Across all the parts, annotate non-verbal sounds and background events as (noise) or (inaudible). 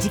時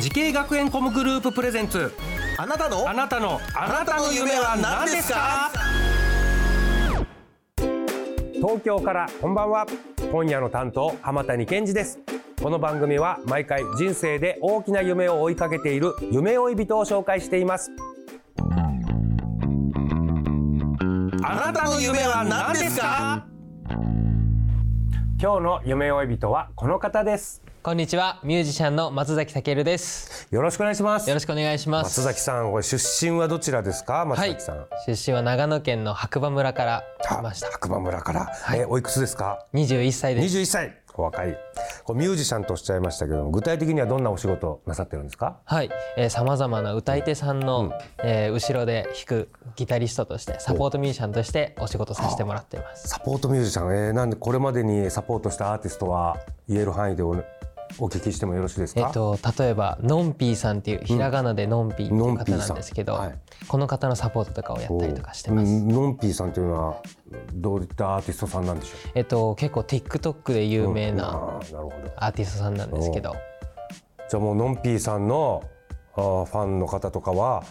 時系学園コムグループプレゼンツあなたのあなたのあなたの夢は何ですか東京からこんばんは今夜の担当浜谷健二ですこの番組は毎回人生で大きな夢を追いかけている夢追い人を紹介していますあなたの夢は何ですか今日の夢追い人はこの方ですこんにちは、ミュージシャンの松崎健です。よろしくお願いしますよろしくお願いします。松崎さんこれ出身はどちらですか松崎さん、はい、出身は長野県の白馬村から来ました。白馬村から、いえーおいくつですか二十一歳です。 21歳お若いこうミュージシャンとおっしゃいましたけども具体的にはどんなお仕事をなさってるんですかはい、えー、様々な歌い手さんの、えー後ろで弾くギタリストとしてサポートミュージシャンとしてお仕事させてもらっています。サポートミュージシャン、えーなんでこれまでにサポートしたアーティストは言える範囲でおお聞きしてもよろしいですか、えっと例えばのんぴーさんっていうひらがなでのんぴーっていうのんぴ方ーさなんんですけど、はいこの方のサポートとかをやったりとかしてうます。んのんぴーさんというのはどういったアーティストさんなんでしょえっと結構 TikTok でう有名うんあなーなるほどアーティストさんなんですけど、じゃあもうのんぴーさんのあーファンの方とかは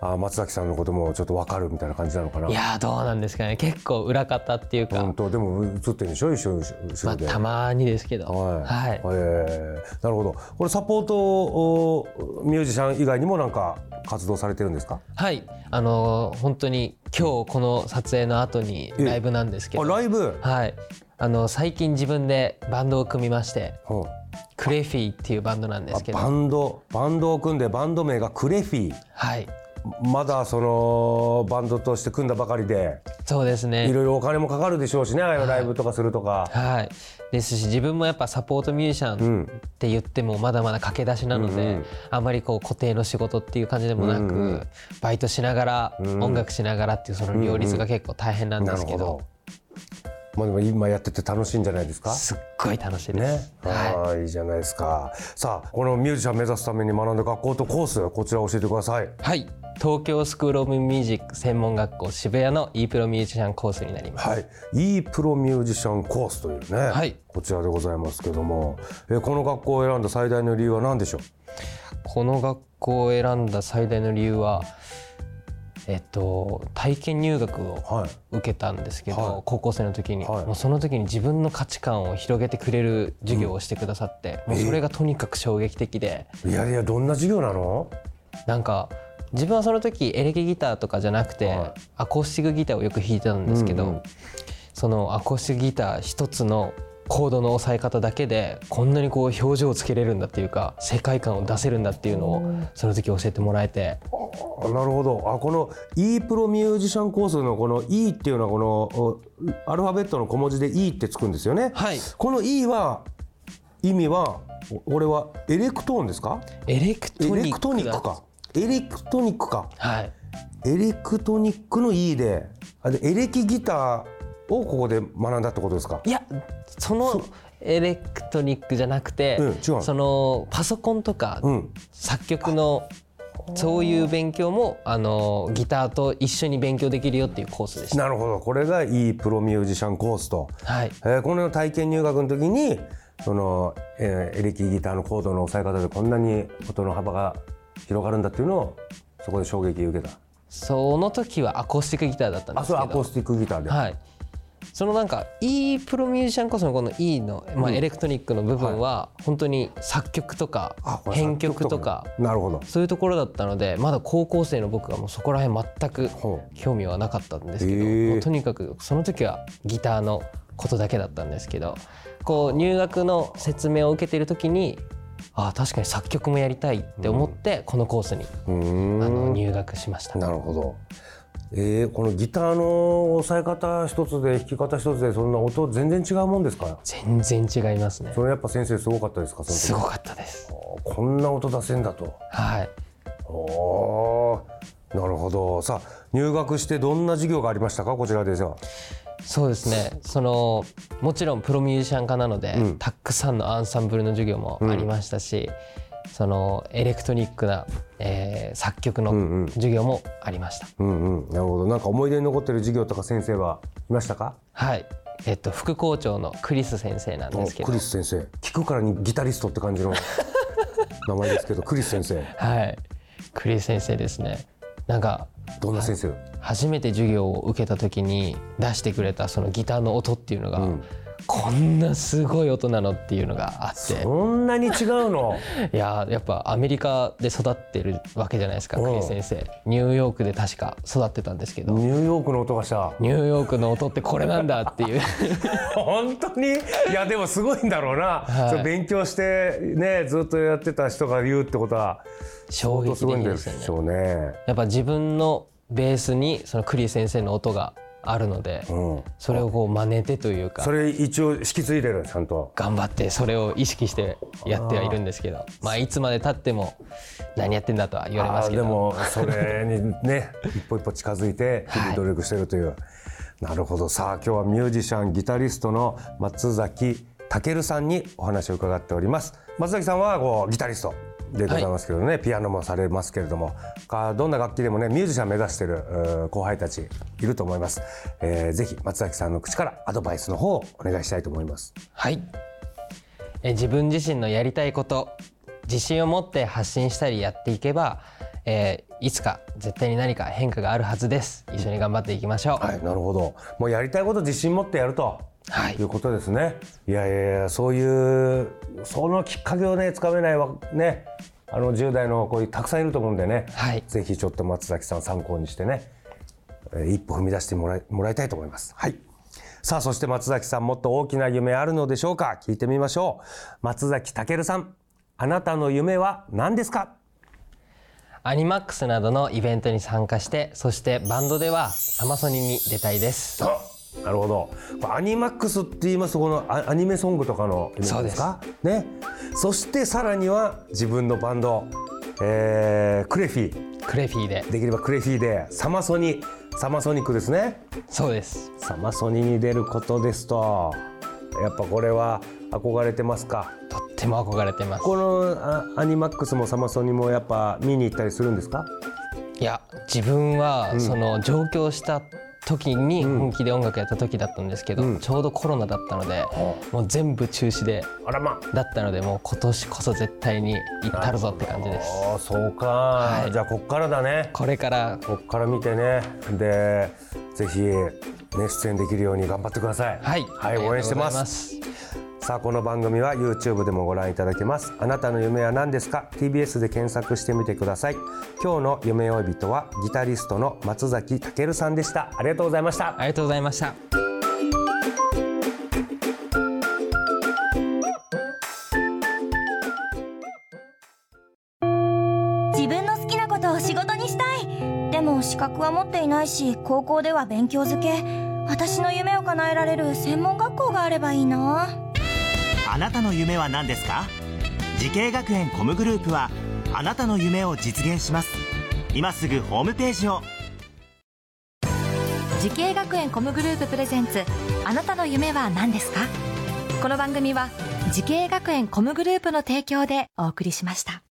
あー松崎さんのこともちょっとわかるみたいな感じなのかないやーどうなんですかね結構裏方っていうか、本当でも映ってるんでしょ一緒に後ろまあ、で、たまにですけど、はい、はいえーなるほどこれサポートをミュージシャン以外にもなんか活動されてるんですかはいあのー本当に今日この撮影の後にえライブなんですけあど、ライブ、はい、あの最近自分でバンドを組みましてうんクレフィーっていうバンドなんですけどバンドバンドを組んでバンド名がクレフィはいまだそのバンドとして組んだばかりでそうですいねろいろお金もかかるでしょうしねああいうライブとかするとか、はいですし自分もやっぱサポートミュージシャうンんって言ってもまだまだ駆け出しなので、うんうんあんまりこう固定の仕事っていう感じでもなく、うんうんバイトしながら、ん音楽しながらっていうその両立が結構大変なんですけど,、まあでも今やってて楽しいんじゃないですかすっごい楽しいでねす。、ああいいじゃないですかさあこのミュージシャン目指すために学んだ学校とコースこちら教えてくださいはい東京スクール・オブ・ミュージック専門学校渋谷の e プロミュージシャンコースになります、はい、E プロミュージシャンコースというね、はいこちらでございますけどもえこの学校を選んだ最大の理由は何でしょうこの学校を選んだ最大の理由はえっと体験入学をはい受けたんですけど、はい高校生の時に、はいもうその時に自分の価値観を広げてくれる授業をしてくださって、もうそれがとにかく衝撃的で、いやいやどんな授業なのなんか自分はその時エレキギターとかじゃなくて、はいアコースティックギターをよく弾いてたんですけど、うんうんそのアコースティックギター一つのコードの押さえ方だけでこんなにこう表情をつけれるんだっていうか世界観を出せるんだっていうのをその時教えてもらえてあなるほどあこの E プロミュージシャンコースのこの E っていうのはこのおアルファベットの小文字で E ってつくんですよね、はいこの E は意味はお俺はエレクトーンですかエレクエトレニッククトニッだクかエレクトニックかはいエレクトニックの E であでエレキギターをここで学んだってことですかいやそのエレクトニックじゃなくて、うん違うのそのパソコンとか、うん作曲のそういう勉強もあのギターと一緒に勉強できるよっていうコースでした。なるほどこれが E プロミュージシャンコースと、はいえーこの体験入学の時にその、えーエレキギターのコードの押さえ方でこんなに音の幅が広がるんだっていうのをそこで衝撃受けたその時はアコースティックギターだったんであすそけれどアコースティックギターで、はいそのなんか E プロミュージシャンコースのこの E の、まあ、エレクトニックの部分は本当に作曲とかあこれ編曲とかなるほどそういうところだったのでまだ高校生の僕はもうそこら辺全くほ興味はなかったんですけど、へーもうとにかくその時はギターのことだけだったんですけどこう入学の説明を受けている時にああ確かに作曲もやりたいって思ってこのコースに、うーんあの入学しました。なるほどえー、このギターの押さえ方一つで弾き方一つでそんな音全然違うもんですから全然違いますねそれやっぱ先生すごかったですかその時すごかったですこんな音出せんだとはいおーなるほどさあ入学してどんな授業がありましたかこちらですよそうですねそのもちろんプロミュージシャン科なので、うんたくさんのアンサンブルの授業もありましたし、そのエレクトニックな、えー作曲うんうんの授業もありました、うんうんなるほどなんか思い出に残ってる授業とか先生はいましたかはいえっと副校長のクリス先生なんですけおクどリス先生聞くからにギタリストって感じ (laughs) の名前ですけどクリス先生はいクリス先生ですねなんかどんな先生、初めて授業を受けた時に出してくれたそのギターの音っていうのが、うんこんなすごい音なのっていうのがあってそんなに違うのいやーやっぱアメリカで育ってるわけじゃないですかうんクリス先生ニューヨークで確か育ってたんですけ (laughs) ど、ニューヨークの音がしたニューヨークの音ってこれなんだって (laughs) いう本当にいやでもすごいんだろうな、はいそれ勉強してねずっとやってた人が言うってことは衝本当す撃ごいん的でですすよねよね。やっぱ自分のベースにそのクリス先生の音があるので、うん、それをこう真似てというかそれ一応引き継いでるちゃんと。頑張ってそれを意識してやってはいるんですけどまあいつまでたっても何やってんだとは言われますけどあーでもそれにね (laughs) 一歩一歩近づいて日々努力してるという、なるほどさあ今日はミュージシャンギタリストの松崎健さんにお話を伺っております松崎さんはこうギタリストでございますけどね、ピアノもされますけれどもかどんな楽器でもねミュージシャン目指してるうー後輩たちいると思います、えー、ぜひ松崎さんの口からアドバイスの方をお願いしたいと思いますはいえ自分自身のやりたいこと自信を持って発信したりやっていけば、えーいつか絶対に何か変化があるはずです一緒に頑張っていきましょう、はい、なるほど。もうやりたいこと自信持ってやると。、はいいうことですね。いやいやいや、そういう、そのきっかけをね、つかめないわ、ね。あの10代の子たくさんいると思うんでね。はいぜひちょっと松崎さん参考にしてね。えー一歩踏み出してもらい、もらいたいと思います。はい。さあ、そして松崎さん、もっと大きな夢あるのでしょうか。聞いてみましょう。松崎健さん、あなたの夢は何ですか。アニマックスなどのイベントに参加してそしてバンドではサマソニに出たいですなるほど。これアニマックスって言いますとこのアアニメソングとかのイメージそうですか。ね。そしてさらには自分のバンド、えークレフィクレフィーでできればクレフィでサマソニサマソニックですね。そうですサマソニに出ることですと、やっぱこれは憧れてますか。とっても憧れてますこのあアニマックスもサマソニもやっぱ見に行ったりするんですか。いや自分はその上京した時に本気で音楽やった時だったんですけど、うんちょうどコロナだったので、もう全部中止であらまあ。だったのでもう今年こそ絶対に行ったるぞって感じですああそうか、いじゃあこっからだね。これからこっから見てねでぜひね出演できるように頑張ってくださいはい、ありがとうござい応援してますすさあこの番組は YouTube でもご覧いただけますあなたの夢は何ですか TBS で検索してみてください今日の夢追い人はギタリストの松崎健さんでしたありがとうございましたありがとうございました自分の好きなことを仕事にしたいでも資格は持っていないし高校では勉強づけ私の夢を叶えられる専門学校があればいいなあなたの夢は何ですか時系学園コムグループはあなたの夢を実現します今すぐホームページを時系学園コムグループプレゼンツあなたの夢は何ですかこの番組は時系学園コムグループの提供でお送りしました